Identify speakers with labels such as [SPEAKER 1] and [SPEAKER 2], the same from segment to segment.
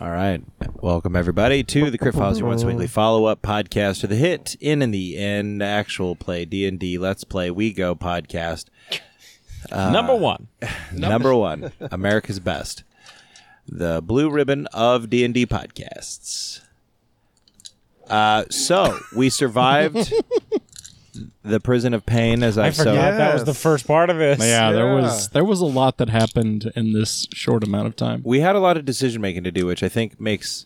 [SPEAKER 1] All right. Welcome, everybody, to the Crit Files, your once weekly follow up podcast to the hit in and the end actual play D&D Let's Play We Go podcast.
[SPEAKER 2] Uh,
[SPEAKER 3] Number one.
[SPEAKER 1] Number one, America's Best, the blue ribbon of D&D podcasts. Uh, so we survived the prison of pain, as
[SPEAKER 3] I
[SPEAKER 1] I've
[SPEAKER 3] forgot
[SPEAKER 1] so
[SPEAKER 3] that was the
[SPEAKER 2] Yes.
[SPEAKER 3] first part of this.
[SPEAKER 4] yeah, there
[SPEAKER 2] Yeah.
[SPEAKER 4] was there was a lot that happened in this short amount of time.
[SPEAKER 1] we had a lot of decision making to do, which I think makes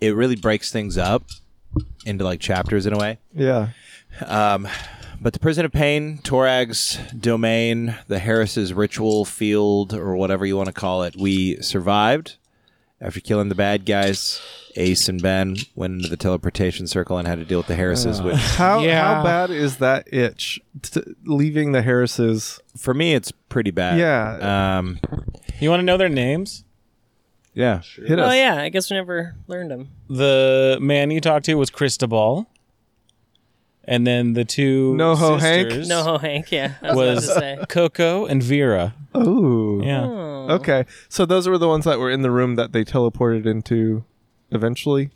[SPEAKER 1] it really breaks things up into like chapters in a way.
[SPEAKER 2] Yeah.
[SPEAKER 1] But the prison of pain, Torag's domain, the Harris's ritual field, or whatever you want to call it, we survived after killing the bad guys. Ace and Ben went into the teleportation circle and had to deal with the Harris's, which
[SPEAKER 2] How
[SPEAKER 3] Yeah.
[SPEAKER 2] how bad is that itch? T- leaving the Harrises.
[SPEAKER 1] for me it's pretty bad.
[SPEAKER 2] Yeah.
[SPEAKER 1] Um,
[SPEAKER 3] You want to know their names?
[SPEAKER 1] yeah.
[SPEAKER 2] Hit
[SPEAKER 5] Oh
[SPEAKER 2] us.
[SPEAKER 5] yeah, I guess we never learned them.
[SPEAKER 3] The man you talked to was Cristobal. And then the two
[SPEAKER 2] No-ho Hank?
[SPEAKER 3] sisters
[SPEAKER 5] No, ho, Hank. Yeah, I was,
[SPEAKER 3] was
[SPEAKER 5] about to say.
[SPEAKER 3] Coco and Vera.
[SPEAKER 2] Ooh.
[SPEAKER 3] Oh, Yeah.
[SPEAKER 2] Oh. Okay. So those were the ones that were in the room that they teleported into eventually.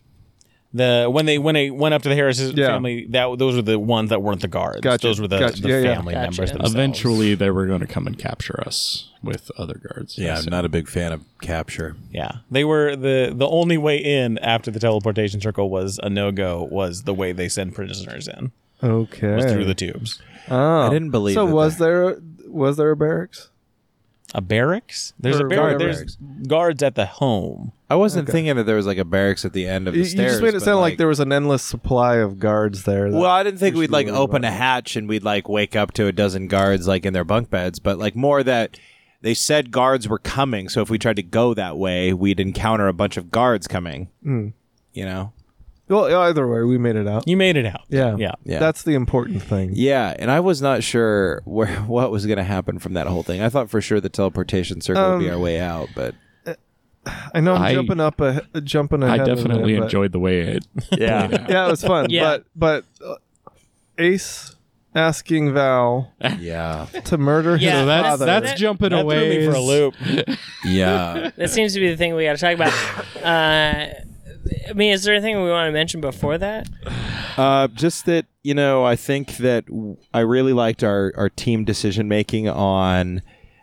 [SPEAKER 3] The when they when they went up to the Harris
[SPEAKER 2] Yeah.
[SPEAKER 3] family, that those were the ones that weren't the guards.
[SPEAKER 2] Gotcha.
[SPEAKER 3] Those were the,
[SPEAKER 2] Gotcha.
[SPEAKER 3] the
[SPEAKER 2] Yeah, yeah.
[SPEAKER 3] family
[SPEAKER 5] Gotcha.
[SPEAKER 3] members. Themselves.
[SPEAKER 4] Eventually, they were going to come and capture us with other guards.
[SPEAKER 1] Yeah, I'm
[SPEAKER 4] So-
[SPEAKER 1] not a big fan of capture.
[SPEAKER 3] yeah, they were the the only way in after the teleportation circle was a no go. Was the way they send prisoners in
[SPEAKER 2] Okay.
[SPEAKER 3] was through the tubes.
[SPEAKER 2] oh.
[SPEAKER 1] I didn't believe
[SPEAKER 2] So
[SPEAKER 1] that
[SPEAKER 2] was there was there a barracks?
[SPEAKER 3] A barracks? There's
[SPEAKER 2] Or
[SPEAKER 3] a barracks.
[SPEAKER 2] guard
[SPEAKER 3] There's guards at the home.
[SPEAKER 1] I wasn't thinking that there was like a barracks at the end of the
[SPEAKER 2] You-
[SPEAKER 1] stairs.
[SPEAKER 2] you just made it
[SPEAKER 1] but,
[SPEAKER 2] sound like, there was an endless supply of guards there. that-
[SPEAKER 1] Well, I didn't think
[SPEAKER 2] we
[SPEAKER 1] we'd
[SPEAKER 2] should
[SPEAKER 1] like
[SPEAKER 2] worry
[SPEAKER 1] open
[SPEAKER 2] about
[SPEAKER 1] a hatch and we'd like wake up to a dozen guards like in their bunk beds, but like more that they said guards were coming. So if we tried to go that way, we'd encounter a bunch of guards coming. You know?
[SPEAKER 2] well, either way, we made it out.
[SPEAKER 3] You made it out.
[SPEAKER 2] Yeah.
[SPEAKER 3] Yeah.
[SPEAKER 1] Yeah.
[SPEAKER 2] That's the important thing.
[SPEAKER 1] Yeah, and I was not sure where what was going to happen from that whole thing. I thought for sure the teleportation circle would be our way out, but
[SPEAKER 2] I know I'm
[SPEAKER 4] I-
[SPEAKER 2] jumping up, a, jumping
[SPEAKER 4] I
[SPEAKER 2] ahead. of it,
[SPEAKER 4] definitely
[SPEAKER 2] but-
[SPEAKER 4] enjoyed the way it.
[SPEAKER 1] yeah,
[SPEAKER 2] Yeah, it was fun.
[SPEAKER 5] Yeah.
[SPEAKER 2] But but uh, Ace asking Val
[SPEAKER 1] yeah,
[SPEAKER 2] to murder his
[SPEAKER 5] Yeah,
[SPEAKER 4] So that's
[SPEAKER 2] father.
[SPEAKER 4] that's
[SPEAKER 5] That-
[SPEAKER 4] jumping
[SPEAKER 3] That threw
[SPEAKER 4] away
[SPEAKER 3] me for a loop.
[SPEAKER 1] yeah.
[SPEAKER 5] That seems to be the thing we got to talk about. Uh, I mean, is there anything we want to mention before that?
[SPEAKER 1] Uh, just that you know, I think that w- I really liked our our team decision making on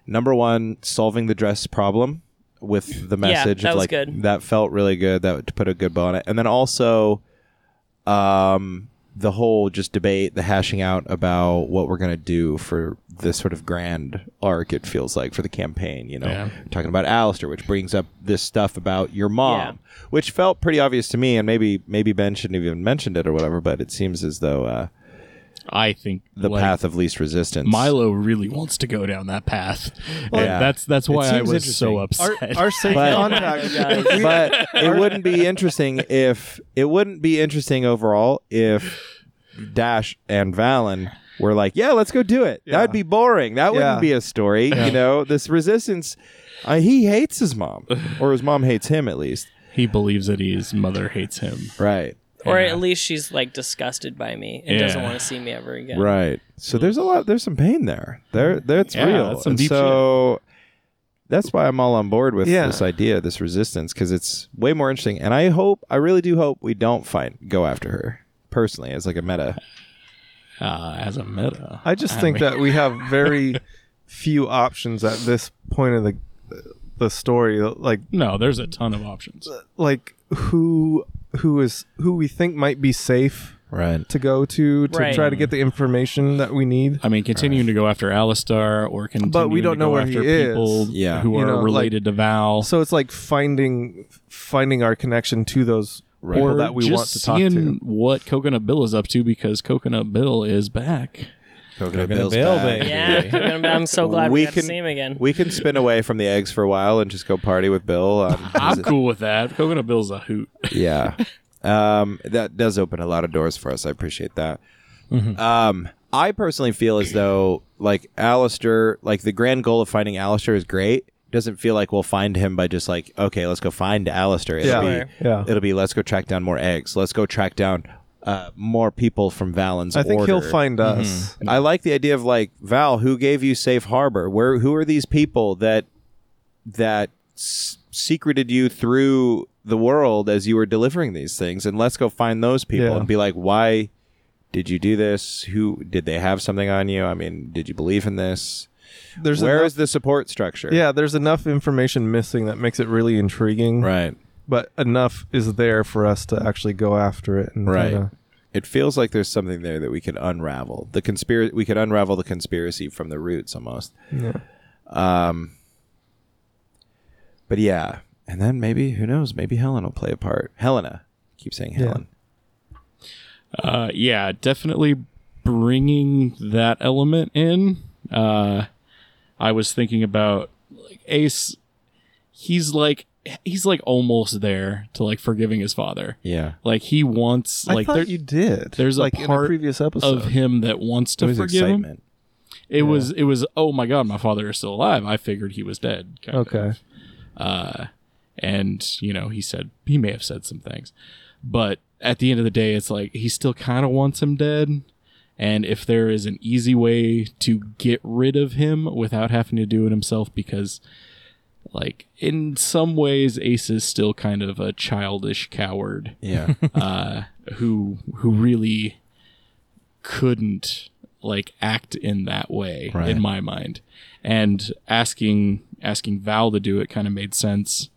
[SPEAKER 1] number one, solving the dress problem with the message
[SPEAKER 5] that
[SPEAKER 1] of
[SPEAKER 5] was
[SPEAKER 1] like
[SPEAKER 5] good.
[SPEAKER 1] that felt really good. That to put a good bow on it, and then also, um, the whole just debate, the hashing out about what we're gonna do for this sort of grand arc. It feels like for the campaign, you know,
[SPEAKER 4] Yeah.
[SPEAKER 1] talking about Alistair, which brings up this stuff about your mom, which felt pretty obvious to me, and maybe maybe Ben shouldn't have even mentioned it or whatever, but it seems as though uh,
[SPEAKER 4] I think
[SPEAKER 1] the
[SPEAKER 4] like,
[SPEAKER 1] path of least resistance.
[SPEAKER 4] Milo really wants to go down that path. And
[SPEAKER 1] yeah.
[SPEAKER 4] That's that's why I
[SPEAKER 1] seems
[SPEAKER 4] was so upset.
[SPEAKER 2] our safe
[SPEAKER 1] But-
[SPEAKER 2] contact. we-
[SPEAKER 1] but it wouldn't be interesting if it wouldn't be interesting overall if Dash and Valen were like, yeah, let's go do it. That'd be boring. That wouldn't
[SPEAKER 2] Yeah.
[SPEAKER 1] be a story. You know, this resistance. Uh, he hates his mom, or his mom hates him at least.
[SPEAKER 4] he believes that his mother hates him.
[SPEAKER 1] Right.
[SPEAKER 5] Or at least she's like disgusted by me and doesn't
[SPEAKER 4] Yeah.
[SPEAKER 5] want to see me ever again.
[SPEAKER 1] Right. So there's a lot. There's some pain there. There. That's
[SPEAKER 4] Yeah,
[SPEAKER 1] real.
[SPEAKER 4] that's some
[SPEAKER 1] And
[SPEAKER 4] deep
[SPEAKER 1] so that's why I'm all on board with
[SPEAKER 2] Yeah.
[SPEAKER 1] this idea, this resistance, because it's way more interesting. And I hope, I really do hope, we don't fight go after her personally as like a meta.
[SPEAKER 4] Uh, as a meta,
[SPEAKER 2] I just think that we have very few options at this point of the the story. Like
[SPEAKER 4] no, there's a ton of options.
[SPEAKER 2] like who who is who we think might be safe
[SPEAKER 1] Right.
[SPEAKER 2] to go to to
[SPEAKER 5] Right.
[SPEAKER 2] try to get the information that we need.
[SPEAKER 4] I mean, continuing to go after Alistar or continuing
[SPEAKER 2] don't
[SPEAKER 4] to
[SPEAKER 2] know
[SPEAKER 4] go
[SPEAKER 2] where he
[SPEAKER 4] after
[SPEAKER 2] is.
[SPEAKER 4] people
[SPEAKER 1] Yeah.
[SPEAKER 4] who
[SPEAKER 2] You
[SPEAKER 4] are
[SPEAKER 2] know, like-
[SPEAKER 4] related to Val.
[SPEAKER 2] So it's like finding finding our connection to those people
[SPEAKER 4] or
[SPEAKER 2] that we want to
[SPEAKER 4] just
[SPEAKER 2] talk
[SPEAKER 4] seeing
[SPEAKER 2] to.
[SPEAKER 4] what Coconut Bill is up to because Coconut Bill is back.
[SPEAKER 1] Coconut
[SPEAKER 3] Bill's Bill, back. baby.
[SPEAKER 5] Yeah, I'm- I'm so glad we,
[SPEAKER 1] We
[SPEAKER 5] got
[SPEAKER 1] can-
[SPEAKER 5] to see him again.
[SPEAKER 1] We can spin away from the eggs for a while and just go party with Bill. Um,
[SPEAKER 4] I'm cool with that. Coconut Bill's a hoot.
[SPEAKER 1] yeah. Um, that does open a lot of doors for us. I appreciate that.
[SPEAKER 2] Mm-hmm.
[SPEAKER 1] Um, I personally feel as though like Alistair, like the grand goal of finding Alistair is great. Doesn't feel like we'll find him by just like, okay, let's go find Alistair. It'll
[SPEAKER 2] Yeah.
[SPEAKER 1] be,
[SPEAKER 2] Yeah.
[SPEAKER 1] it'll be let's go track down more eggs. Let's go track down uh, more people from Valen's
[SPEAKER 2] I think he'll
[SPEAKER 1] order.
[SPEAKER 2] find us.
[SPEAKER 1] I like the idea of like Val, who gave you safe harbor? Where who are these people that that s- secreted you through the world as you were delivering these things, and let's go find those people
[SPEAKER 2] Yeah.
[SPEAKER 1] and be like, why did you do this? Who did they have something on you? I mean, did you believe in this? Where
[SPEAKER 2] There's
[SPEAKER 1] is
[SPEAKER 2] enough,
[SPEAKER 1] the support structure?
[SPEAKER 2] yeah, there's enough information missing that makes it really intriguing.
[SPEAKER 1] right.
[SPEAKER 2] But enough is there for us to actually go after it. And
[SPEAKER 1] Right.
[SPEAKER 2] kinda-
[SPEAKER 1] It feels like there's something there that we could unravel. The conspiracy we could unravel the conspiracy from the roots almost.
[SPEAKER 2] Yeah.
[SPEAKER 1] Um But yeah, and then maybe who knows, maybe Helen will play a part. Helena. Keep saying
[SPEAKER 2] Yeah.
[SPEAKER 1] Helen.
[SPEAKER 4] Uh, yeah, definitely bringing that element in. Uh, I was thinking about like Ace. He's like he's like almost there to like forgiving his father.
[SPEAKER 1] Yeah.
[SPEAKER 4] Like he wants
[SPEAKER 2] I
[SPEAKER 4] like
[SPEAKER 2] thought
[SPEAKER 4] there
[SPEAKER 2] you did.
[SPEAKER 4] there's a
[SPEAKER 2] like in
[SPEAKER 4] part
[SPEAKER 2] a previous episode.
[SPEAKER 4] of him that wants to
[SPEAKER 1] It was
[SPEAKER 4] forgive him.
[SPEAKER 1] excitement.
[SPEAKER 4] It was it was oh my god, my father is still alive. I figured he was dead. kind of.
[SPEAKER 2] Okay.
[SPEAKER 4] Uh, and you know he said he may have said some things, but at the end of the day, it's like he still kind of wants him dead. And if there is an easy way to get rid of him without having to do it himself, because like in some ways, Ace is still kind of a childish coward
[SPEAKER 1] Yeah.
[SPEAKER 4] uh, who who really couldn't like act in that way
[SPEAKER 1] Right.
[SPEAKER 4] in my mind and asking asking val to do it kind of made sense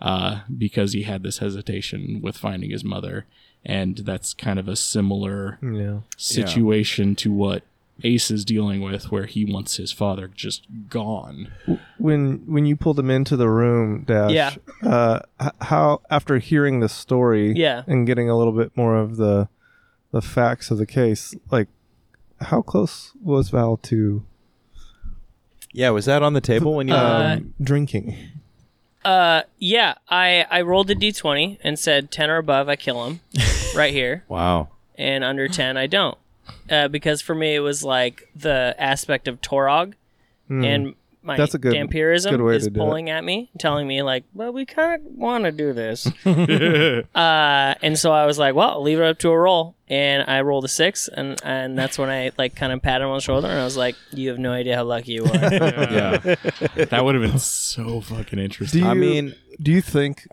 [SPEAKER 4] uh, because he had this hesitation with finding his mother and that's kind of a similar
[SPEAKER 2] Yeah.
[SPEAKER 4] situation to what ace is dealing with where he wants his father just gone
[SPEAKER 2] when when you pulled him into the room dash
[SPEAKER 5] Yeah.
[SPEAKER 2] uh h- how after hearing the story
[SPEAKER 5] Yeah.
[SPEAKER 2] and getting a little bit more of the the facts of the case like how close was val to
[SPEAKER 1] yeah, was that on the table when you
[SPEAKER 2] um,
[SPEAKER 5] Uh,
[SPEAKER 2] drinking
[SPEAKER 5] Uh, yeah, I I rolled a d20 and said 10 or above, I kill him, right here,
[SPEAKER 1] Wow.
[SPEAKER 5] and under 10, I don't, uh, because for me it was like the aspect of Torog
[SPEAKER 2] Hmm.
[SPEAKER 5] and my
[SPEAKER 2] That's a good-
[SPEAKER 5] vampirism
[SPEAKER 2] good way
[SPEAKER 5] is
[SPEAKER 2] to do it.
[SPEAKER 5] pulling at me, telling me like, well, we kind of want to do this, uh, and so I was like, well, I'll leave it up to a roll, and I rolled a six, and and that's when I like kind of pat him on the shoulder, and I was like, you have no idea how lucky you are.
[SPEAKER 1] Yeah.
[SPEAKER 4] that would have been so fucking
[SPEAKER 2] do
[SPEAKER 4] interesting
[SPEAKER 2] you,
[SPEAKER 1] I mean,
[SPEAKER 2] do you think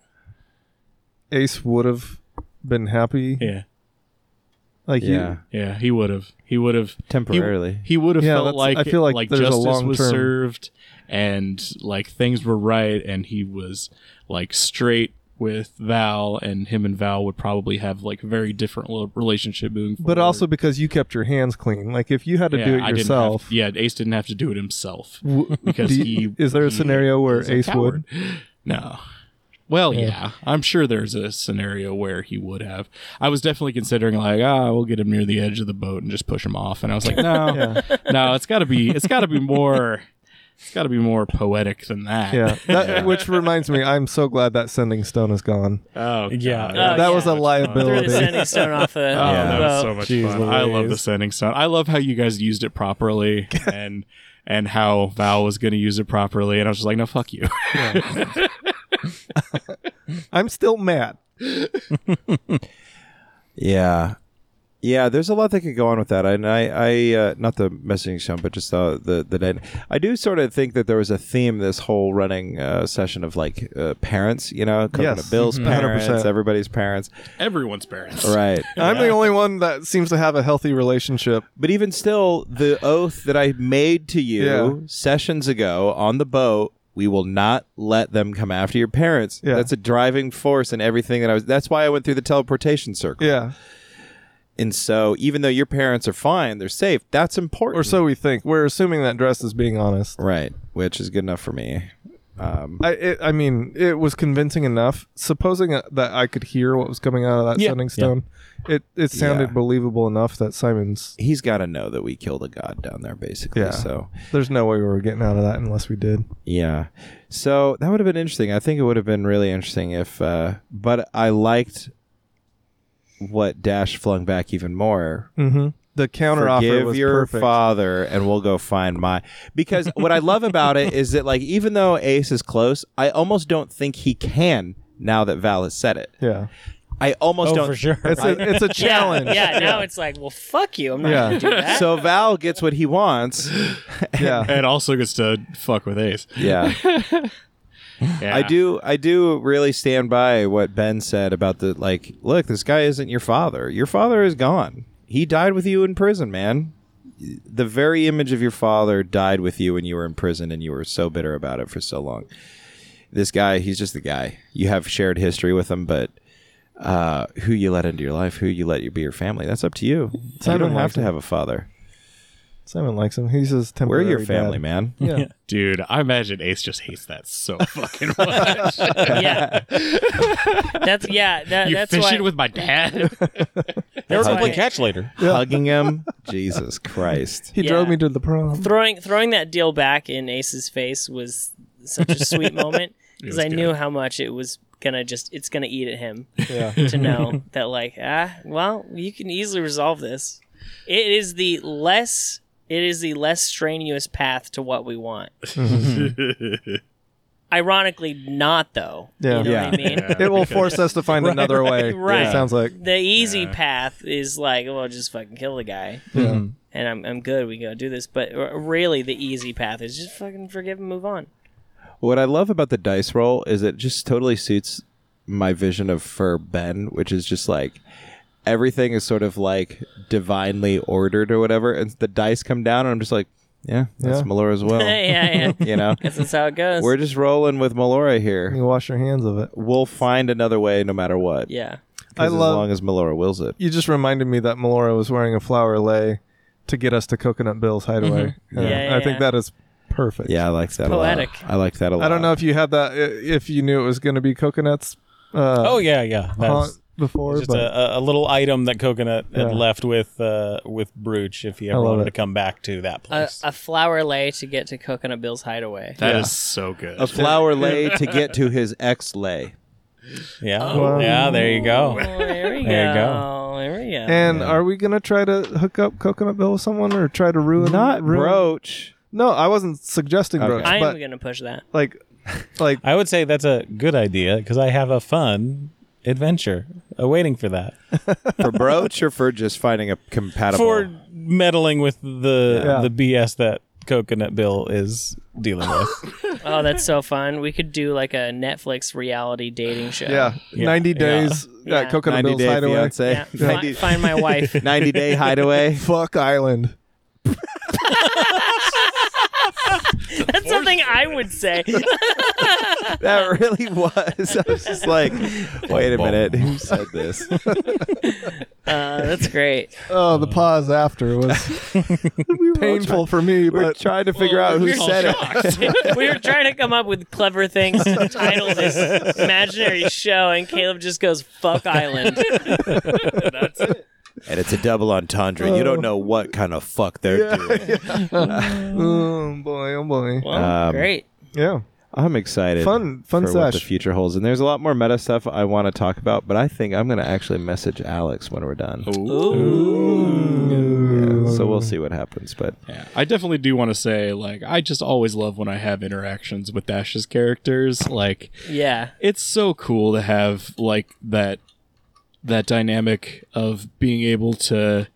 [SPEAKER 2] ace would have been happy
[SPEAKER 4] yeah
[SPEAKER 2] like you-
[SPEAKER 1] yeah.
[SPEAKER 4] Yeah, he would have. He would have
[SPEAKER 1] Temporarily.
[SPEAKER 4] He, he would have
[SPEAKER 2] Yeah,
[SPEAKER 4] felt
[SPEAKER 2] that's-
[SPEAKER 4] like
[SPEAKER 2] I feel like there's a
[SPEAKER 4] justice
[SPEAKER 2] long
[SPEAKER 4] was
[SPEAKER 2] term.
[SPEAKER 4] served, and like things were right, and he was like straight with Val, and him and Val would probably have like very different lo- relationship moving.
[SPEAKER 2] but
[SPEAKER 4] forward.
[SPEAKER 2] also because you kept your hands clean like if you had to
[SPEAKER 4] Yeah,
[SPEAKER 2] do it
[SPEAKER 4] I didn't have-
[SPEAKER 2] yourself
[SPEAKER 4] yeah, Ace didn't have to do it himself
[SPEAKER 2] w- do
[SPEAKER 4] because
[SPEAKER 2] you-
[SPEAKER 4] he.
[SPEAKER 2] is there a
[SPEAKER 4] he
[SPEAKER 2] scenario where
[SPEAKER 4] is a
[SPEAKER 2] ace would
[SPEAKER 4] coward. No. Well, yeah. I'm sure there's a scenario where he would have. I was definitely considering like, ah, we'll get him near the edge of the boat and just push him off. And I was like, no,
[SPEAKER 2] Yeah.
[SPEAKER 4] no, it's got to be, it's got to be more, it's got to be more poetic than that.
[SPEAKER 2] yeah, that, which reminds me, I'm so glad that sending stone is gone.
[SPEAKER 4] Oh, God.
[SPEAKER 3] Yeah. Uh,
[SPEAKER 2] that
[SPEAKER 5] Oh, yeah.
[SPEAKER 2] was a
[SPEAKER 5] Threw the
[SPEAKER 2] liability.
[SPEAKER 5] sending stone off the
[SPEAKER 4] Oh, that was
[SPEAKER 5] boat.
[SPEAKER 4] so much
[SPEAKER 3] Jeez
[SPEAKER 4] fun. I love the
[SPEAKER 3] Louise.
[SPEAKER 4] sending stone. I love how you guys used it properly and and how Val was going to use it properly. And I was just like, no, fuck you.
[SPEAKER 2] I'm still mad.
[SPEAKER 1] Yeah, yeah. There's a lot that could go on with that, and I, I, uh, not the messaging sound, but just the the the. Dead. I do sort of think that there was a theme this whole running uh, session of like uh, parents, you know, Coconut
[SPEAKER 2] Yes.
[SPEAKER 1] Bill's
[SPEAKER 2] Mhm.
[SPEAKER 1] parents,
[SPEAKER 2] 100%.
[SPEAKER 1] everybody's parents,
[SPEAKER 4] Everyone's parents.
[SPEAKER 1] right?
[SPEAKER 2] I'm the only one that seems to have a healthy relationship.
[SPEAKER 1] But even still, the oath that I made to you
[SPEAKER 2] Yeah.
[SPEAKER 1] sessions ago on the boat. We will not let them come after your parents.
[SPEAKER 2] Yeah.
[SPEAKER 1] That's a driving force in everything that I was. That's why I went through the teleportation circle.
[SPEAKER 2] Yeah,
[SPEAKER 1] And so, even though your parents are fine, they're safe. That's important.
[SPEAKER 2] or so we think. We're assuming that dress is being honest.
[SPEAKER 1] Right, which is good enough for me. Um,
[SPEAKER 2] I, it, I mean, it was convincing enough. Supposing uh, that I could hear what was coming out of that
[SPEAKER 4] Yeah.
[SPEAKER 2] sending stone, it it sounded
[SPEAKER 1] Yeah.
[SPEAKER 2] believable enough that Simon's.
[SPEAKER 1] he's got to know that we killed a god down there, basically.
[SPEAKER 2] Yeah.
[SPEAKER 1] So
[SPEAKER 2] There's no way we were getting out of that unless we did.
[SPEAKER 1] yeah, so that would have been interesting. I think it would have been really interesting if. Uh, but I liked what Dash flung back even more.
[SPEAKER 2] Mm-hmm. The counter offer
[SPEAKER 1] Forgive
[SPEAKER 2] was
[SPEAKER 1] your
[SPEAKER 2] perfect.
[SPEAKER 1] father, and we'll go find my. Because what I love about it is that, like, even though Ace is close, I almost don't think he can. Now that Val has said it,
[SPEAKER 2] yeah,
[SPEAKER 1] I almost
[SPEAKER 3] Oh,
[SPEAKER 1] don't.
[SPEAKER 3] for sure.
[SPEAKER 2] it's a it's a challenge.
[SPEAKER 5] Yeah, yeah, now it's like, well, fuck you. I'm not
[SPEAKER 2] Yeah.
[SPEAKER 5] gonna do that.
[SPEAKER 1] So Val gets what he wants.
[SPEAKER 2] yeah.
[SPEAKER 4] And also gets to fuck with Ace.
[SPEAKER 1] Yeah.
[SPEAKER 4] Yeah.
[SPEAKER 1] I do I do really stand by what Ben said about the like look this guy isn't your father. Your father is gone. He died with you in prison, man. The very image of your father died with you when you were in prison and you were so bitter about it for so long. This guy, he's just the guy. You have shared history with him, but uh, who you let into your life, who you let you be your family, that's up to you. I
[SPEAKER 2] Simon
[SPEAKER 1] don't have
[SPEAKER 2] likes
[SPEAKER 1] to
[SPEAKER 2] him.
[SPEAKER 1] have a father.
[SPEAKER 2] Simon likes him. He's his
[SPEAKER 1] We're
[SPEAKER 2] temporary
[SPEAKER 1] your family,
[SPEAKER 2] dad.
[SPEAKER 1] man.
[SPEAKER 2] Yeah.
[SPEAKER 4] Dude, I imagine Ace just hates that so fucking much.
[SPEAKER 5] yeah, that's yeah. That,
[SPEAKER 4] you
[SPEAKER 5] that's
[SPEAKER 4] fishing
[SPEAKER 5] why.
[SPEAKER 4] with my dad?
[SPEAKER 3] Eric will play
[SPEAKER 5] Okay.
[SPEAKER 3] catch later.
[SPEAKER 1] Hugging him, Jesus Christ.
[SPEAKER 2] He drove
[SPEAKER 5] Yeah.
[SPEAKER 2] me to the prom.
[SPEAKER 5] throwing throwing that deal back in Ace's face was such a sweet moment because
[SPEAKER 4] was
[SPEAKER 5] I
[SPEAKER 4] good.
[SPEAKER 5] knew how much it was gonna just it's gonna eat at him
[SPEAKER 2] Yeah.
[SPEAKER 5] to know that like ah well you can easily resolve this. It is the less it is the less strenuous path to what we want. Ironically, not though.
[SPEAKER 2] Yeah.
[SPEAKER 5] You know
[SPEAKER 1] Yeah.
[SPEAKER 5] what I mean?
[SPEAKER 2] It will force us to find another way.
[SPEAKER 5] Right.
[SPEAKER 2] It sounds like.
[SPEAKER 5] The easy
[SPEAKER 4] Yeah.
[SPEAKER 5] path is like, well, just fucking kill the guy.
[SPEAKER 2] Yeah.
[SPEAKER 5] And I'm, I'm good. We gotta do this. But r- really, the easy path is just fucking forgive and move on.
[SPEAKER 1] What I love about the dice roll is it just totally suits my vision of for Ben, which is just like everything is sort of like divinely ordered or whatever, and the dice come down, and I'm just like, yeah, that's
[SPEAKER 2] Yeah.
[SPEAKER 1] Melora's
[SPEAKER 5] Oh.
[SPEAKER 1] will.
[SPEAKER 5] yeah, yeah.
[SPEAKER 1] you know,
[SPEAKER 5] Guess that's how it goes.
[SPEAKER 1] we're just rolling with Melora
[SPEAKER 2] You
[SPEAKER 1] here.
[SPEAKER 2] wash your hands of it.
[SPEAKER 1] We'll find another way, no matter what.
[SPEAKER 5] yeah.
[SPEAKER 1] 'Cause
[SPEAKER 2] I
[SPEAKER 1] as
[SPEAKER 2] love-
[SPEAKER 1] long as Melora wills it.
[SPEAKER 2] You just reminded me that Melora was wearing a flower lay to get us to Coconut Bill's hideaway.
[SPEAKER 5] Mm-hmm. Yeah, yeah,
[SPEAKER 2] I think
[SPEAKER 5] yeah.
[SPEAKER 2] that is perfect.
[SPEAKER 1] Yeah, I like that.
[SPEAKER 5] poetic.
[SPEAKER 1] A lot. I like that a lot.
[SPEAKER 2] I don't know if you had that i- if you knew it was going to be coconuts. Uh,
[SPEAKER 3] Oh yeah, yeah.
[SPEAKER 2] haunt
[SPEAKER 3] That's
[SPEAKER 2] before,
[SPEAKER 3] just
[SPEAKER 2] but
[SPEAKER 3] a, a little item that Coconut had
[SPEAKER 2] Yeah.
[SPEAKER 3] left with uh, with Brooch if he
[SPEAKER 2] I
[SPEAKER 3] ever
[SPEAKER 2] love
[SPEAKER 3] wanted
[SPEAKER 2] it.
[SPEAKER 3] to come back to that
[SPEAKER 5] A,
[SPEAKER 3] place.
[SPEAKER 5] a flower lay to get to Coconut Bill's hideaway.
[SPEAKER 4] That is
[SPEAKER 2] Yeah.
[SPEAKER 4] so good.
[SPEAKER 1] a flower lay to get to his ex lay.
[SPEAKER 3] yeah,
[SPEAKER 2] Wow.
[SPEAKER 3] yeah. There you go.
[SPEAKER 5] Oh, there we
[SPEAKER 3] There you
[SPEAKER 5] go. There we go.
[SPEAKER 2] and are we going to try to hook up Coconut Bill with someone or try to ruin
[SPEAKER 1] Not
[SPEAKER 2] ruin-
[SPEAKER 1] brooch.
[SPEAKER 2] No, I wasn't suggesting
[SPEAKER 1] Okay.
[SPEAKER 2] brooch,
[SPEAKER 5] I am
[SPEAKER 2] but
[SPEAKER 5] gonna push that.
[SPEAKER 2] like like
[SPEAKER 3] I would say that's a good idea because I have a fun adventure awaiting for that
[SPEAKER 1] for brooch or for just finding a compatible
[SPEAKER 3] for meddling with the
[SPEAKER 2] Yeah.
[SPEAKER 3] the BS that Coconut Bill is dealing with.
[SPEAKER 5] Oh, that's so fun. We could do like a Netflix reality dating show.
[SPEAKER 2] yeah,
[SPEAKER 3] Yeah.
[SPEAKER 2] 90
[SPEAKER 3] Yeah.
[SPEAKER 2] days
[SPEAKER 5] Yeah.
[SPEAKER 2] at Coconut
[SPEAKER 1] 90
[SPEAKER 2] Bill's
[SPEAKER 1] day
[SPEAKER 2] hideaway.
[SPEAKER 1] fiance.
[SPEAKER 5] Yeah. Fi-
[SPEAKER 1] 90,
[SPEAKER 5] find my wife.
[SPEAKER 1] 90 day hideaway.
[SPEAKER 2] Fuck Island.
[SPEAKER 5] That's something I would say.
[SPEAKER 1] that really was. I was just like, wait a minute, who said this?
[SPEAKER 5] Uh, that's great.
[SPEAKER 2] Oh, the pause after was painful for me,
[SPEAKER 1] We're
[SPEAKER 2] but Oh,
[SPEAKER 1] trying to figure out who
[SPEAKER 5] we're
[SPEAKER 1] said it.
[SPEAKER 5] we were trying to come up with clever things to title this imaginary show, and Caleb just goes, "Fuck Island." That's it.
[SPEAKER 1] And it's a double entendre. You don't know what kind of fuck they're doing.
[SPEAKER 2] oh boy, oh boy.
[SPEAKER 5] Well,
[SPEAKER 1] Um,
[SPEAKER 5] great.
[SPEAKER 2] Yeah.
[SPEAKER 1] I'm excited.
[SPEAKER 2] Fun- fun
[SPEAKER 1] for what the
[SPEAKER 2] sesh.
[SPEAKER 1] future holds, and there's a lot more meta stuff I want to talk about. But I think I'm going to actually message Alex when we're done.
[SPEAKER 4] Oh.
[SPEAKER 1] Yeah,
[SPEAKER 2] Mm.
[SPEAKER 1] so we'll see what happens. But
[SPEAKER 4] Yeah, I definitely do want to say, like, I just always love when I have interactions with Dash's characters. Like,
[SPEAKER 5] Yeah.
[SPEAKER 4] it's so cool to have like that that dynamic of being able to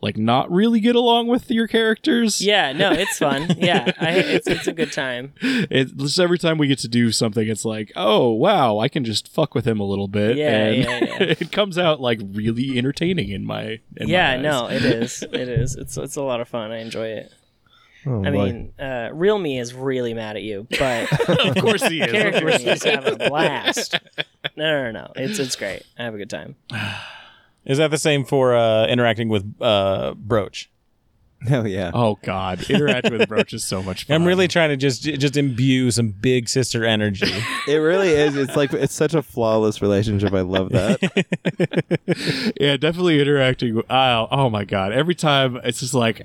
[SPEAKER 4] like not really get along with your characters.
[SPEAKER 5] Yeah, no, it's fun. Yeah, I, it's, it's a good time.
[SPEAKER 4] It, just every time we get to do something, it's like, oh wow, I can just fuck with him a little bit.
[SPEAKER 5] Yeah,
[SPEAKER 4] and
[SPEAKER 5] yeah, yeah.
[SPEAKER 4] it comes out like really entertaining in my. In my
[SPEAKER 5] yeah,
[SPEAKER 4] eyes.
[SPEAKER 5] no, it is. It is. It's it's a lot of fun. I enjoy it.
[SPEAKER 2] Oh,
[SPEAKER 5] I
[SPEAKER 2] boy.
[SPEAKER 5] mean, uh, real me is really mad at you, but
[SPEAKER 4] of course he is.
[SPEAKER 5] character me is having a blast. No, no, no, no. It's it's great. I have a good time.
[SPEAKER 3] Is that the same for uh, interacting with uh, Brooch?
[SPEAKER 1] oh yeah,
[SPEAKER 4] Oh God, interact with Roach is so much fun.
[SPEAKER 3] I'm really trying to just just imbue some big sister energy.
[SPEAKER 1] it really is. It's like it's such a flawless relationship. I love that.
[SPEAKER 4] yeah, definitely interacting. With, oh, oh my god! Every time it's just like,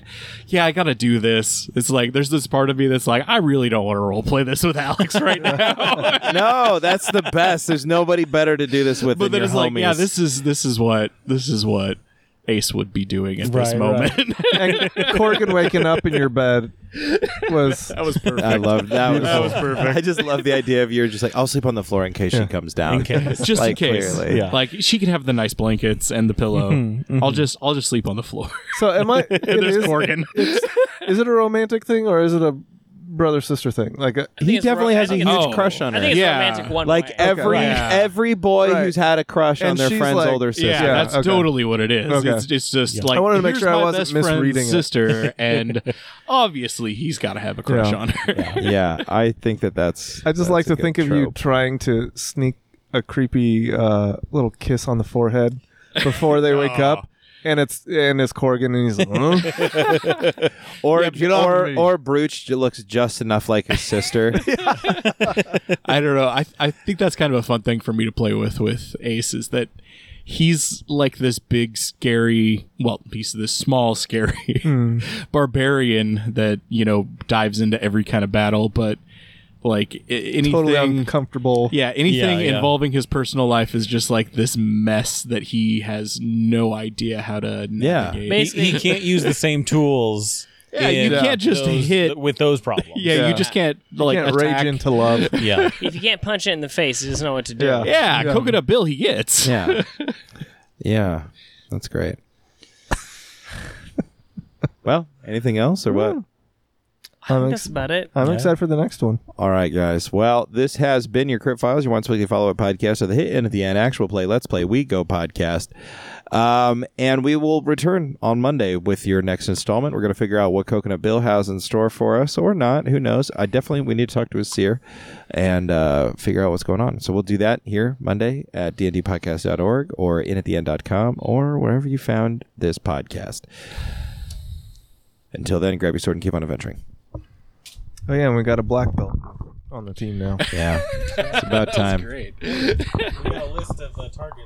[SPEAKER 4] yeah, I gotta do this. It's like there's this part of me that's like, I really don't want to role play this with Alex right now.
[SPEAKER 1] no, that's the best. There's nobody better to do this with
[SPEAKER 4] but
[SPEAKER 1] than
[SPEAKER 4] then
[SPEAKER 1] your
[SPEAKER 4] it's
[SPEAKER 1] homies.
[SPEAKER 4] like, yeah, this is this is what this is what Ace would be doing at this
[SPEAKER 3] Right,
[SPEAKER 4] moment.
[SPEAKER 2] and Corgan waking up in your bed was
[SPEAKER 4] that was perfect.
[SPEAKER 1] I love that. Was,
[SPEAKER 4] That was perfect.
[SPEAKER 1] I just love the idea of you're just like, I'll sleep on the floor in case she comes down.
[SPEAKER 3] In case.
[SPEAKER 4] just
[SPEAKER 1] Like,
[SPEAKER 4] in case,
[SPEAKER 1] clearly.
[SPEAKER 3] Yeah.
[SPEAKER 4] like she could have the nice blankets and the pillow. I'll just I'll just sleep on the floor.
[SPEAKER 2] so. Am I? It
[SPEAKER 4] There's
[SPEAKER 2] is,
[SPEAKER 4] Corgan.
[SPEAKER 2] is it a romantic thing or is it a brother sister thing. Like uh, he
[SPEAKER 5] it's ro-
[SPEAKER 2] definitely
[SPEAKER 5] I
[SPEAKER 2] has a
[SPEAKER 5] think
[SPEAKER 2] huge
[SPEAKER 5] it's-
[SPEAKER 4] Oh.
[SPEAKER 2] crush on
[SPEAKER 5] I
[SPEAKER 2] her.
[SPEAKER 5] think it's
[SPEAKER 4] Yeah.
[SPEAKER 5] romantic one
[SPEAKER 1] Like
[SPEAKER 5] way.
[SPEAKER 1] every
[SPEAKER 4] Yeah.
[SPEAKER 1] every boy
[SPEAKER 2] Right.
[SPEAKER 1] who's had a crush on
[SPEAKER 2] And
[SPEAKER 1] their
[SPEAKER 2] she's
[SPEAKER 1] friend's
[SPEAKER 2] like-
[SPEAKER 1] older sister.
[SPEAKER 4] Yeah,
[SPEAKER 2] Yeah,
[SPEAKER 4] that's
[SPEAKER 2] okay.
[SPEAKER 4] totally what it is.
[SPEAKER 2] Okay.
[SPEAKER 4] It's, it's just like
[SPEAKER 2] I wanted to make
[SPEAKER 4] here's
[SPEAKER 2] sure I
[SPEAKER 4] my
[SPEAKER 2] wasn't
[SPEAKER 4] best friend's
[SPEAKER 2] misreading it.
[SPEAKER 4] sister, and obviously he's got to have a crush
[SPEAKER 2] Yeah.
[SPEAKER 4] on her.
[SPEAKER 6] yeah, I think that that's.
[SPEAKER 2] I
[SPEAKER 6] that's
[SPEAKER 2] just like
[SPEAKER 6] a
[SPEAKER 2] to
[SPEAKER 6] good
[SPEAKER 2] think of you
[SPEAKER 6] trope.
[SPEAKER 2] trying to sneak a creepy uh, little kiss on the forehead before they wake up, and it's and it's Corgan, and he's like, "Huh?"
[SPEAKER 1] Or
[SPEAKER 2] Yeah, get off
[SPEAKER 1] or
[SPEAKER 2] me.
[SPEAKER 1] or Brooch j- looks just enough like his sister.
[SPEAKER 4] I don't know. I I think that's kind of a fun thing for me to play with with Ace is that he's like this big scary, well, he's this small scary
[SPEAKER 2] Hmm.
[SPEAKER 4] barbarian that you know dives into every kind of battle, but like i- anything.
[SPEAKER 2] totally uncomfortable.
[SPEAKER 4] yeah, anything
[SPEAKER 3] Yeah, yeah.
[SPEAKER 4] involving his personal life is just like this mess that he has no idea how to
[SPEAKER 1] Yeah.
[SPEAKER 4] navigate.
[SPEAKER 3] He,
[SPEAKER 5] Basically-
[SPEAKER 3] he can't use the same tools.
[SPEAKER 4] Yeah, you
[SPEAKER 3] in
[SPEAKER 4] can't just
[SPEAKER 3] those-
[SPEAKER 4] hit-
[SPEAKER 3] with those problems.
[SPEAKER 4] yeah,
[SPEAKER 2] Yeah.
[SPEAKER 4] you just can't like
[SPEAKER 2] Can't
[SPEAKER 4] attack-
[SPEAKER 2] rage into love.
[SPEAKER 3] yeah.
[SPEAKER 5] if you can't punch it in the face, you just know what to do.
[SPEAKER 2] Yeah.
[SPEAKER 4] Yeah, Coconut Bill he gets.
[SPEAKER 1] yeah. Yeah. That's great. well, anything else or what?
[SPEAKER 5] I think
[SPEAKER 2] I'm
[SPEAKER 5] that's
[SPEAKER 2] ex-
[SPEAKER 5] about it.
[SPEAKER 2] I'm excited for the next one.
[SPEAKER 1] All right, guys. Well, this has been your Crypt Files, your once weekly follow up podcast of the hit and at the end actual play Let's Play We Go podcast. Um, and we will return on Monday with your next installment. We're going to figure out what Coconut Bill has in store for us or not. Who knows? I definitely we need to talk to a seer and uh, figure out what's going on. So we'll do that here Monday at dndpodcast.org or in at the end.com or wherever you found this podcast. Until then, grab your sword and keep on adventuring.
[SPEAKER 2] Oh yeah, and we got a black belt on the team now.
[SPEAKER 1] Yeah. it's about time.
[SPEAKER 4] Great.
[SPEAKER 3] We got a list of the targets.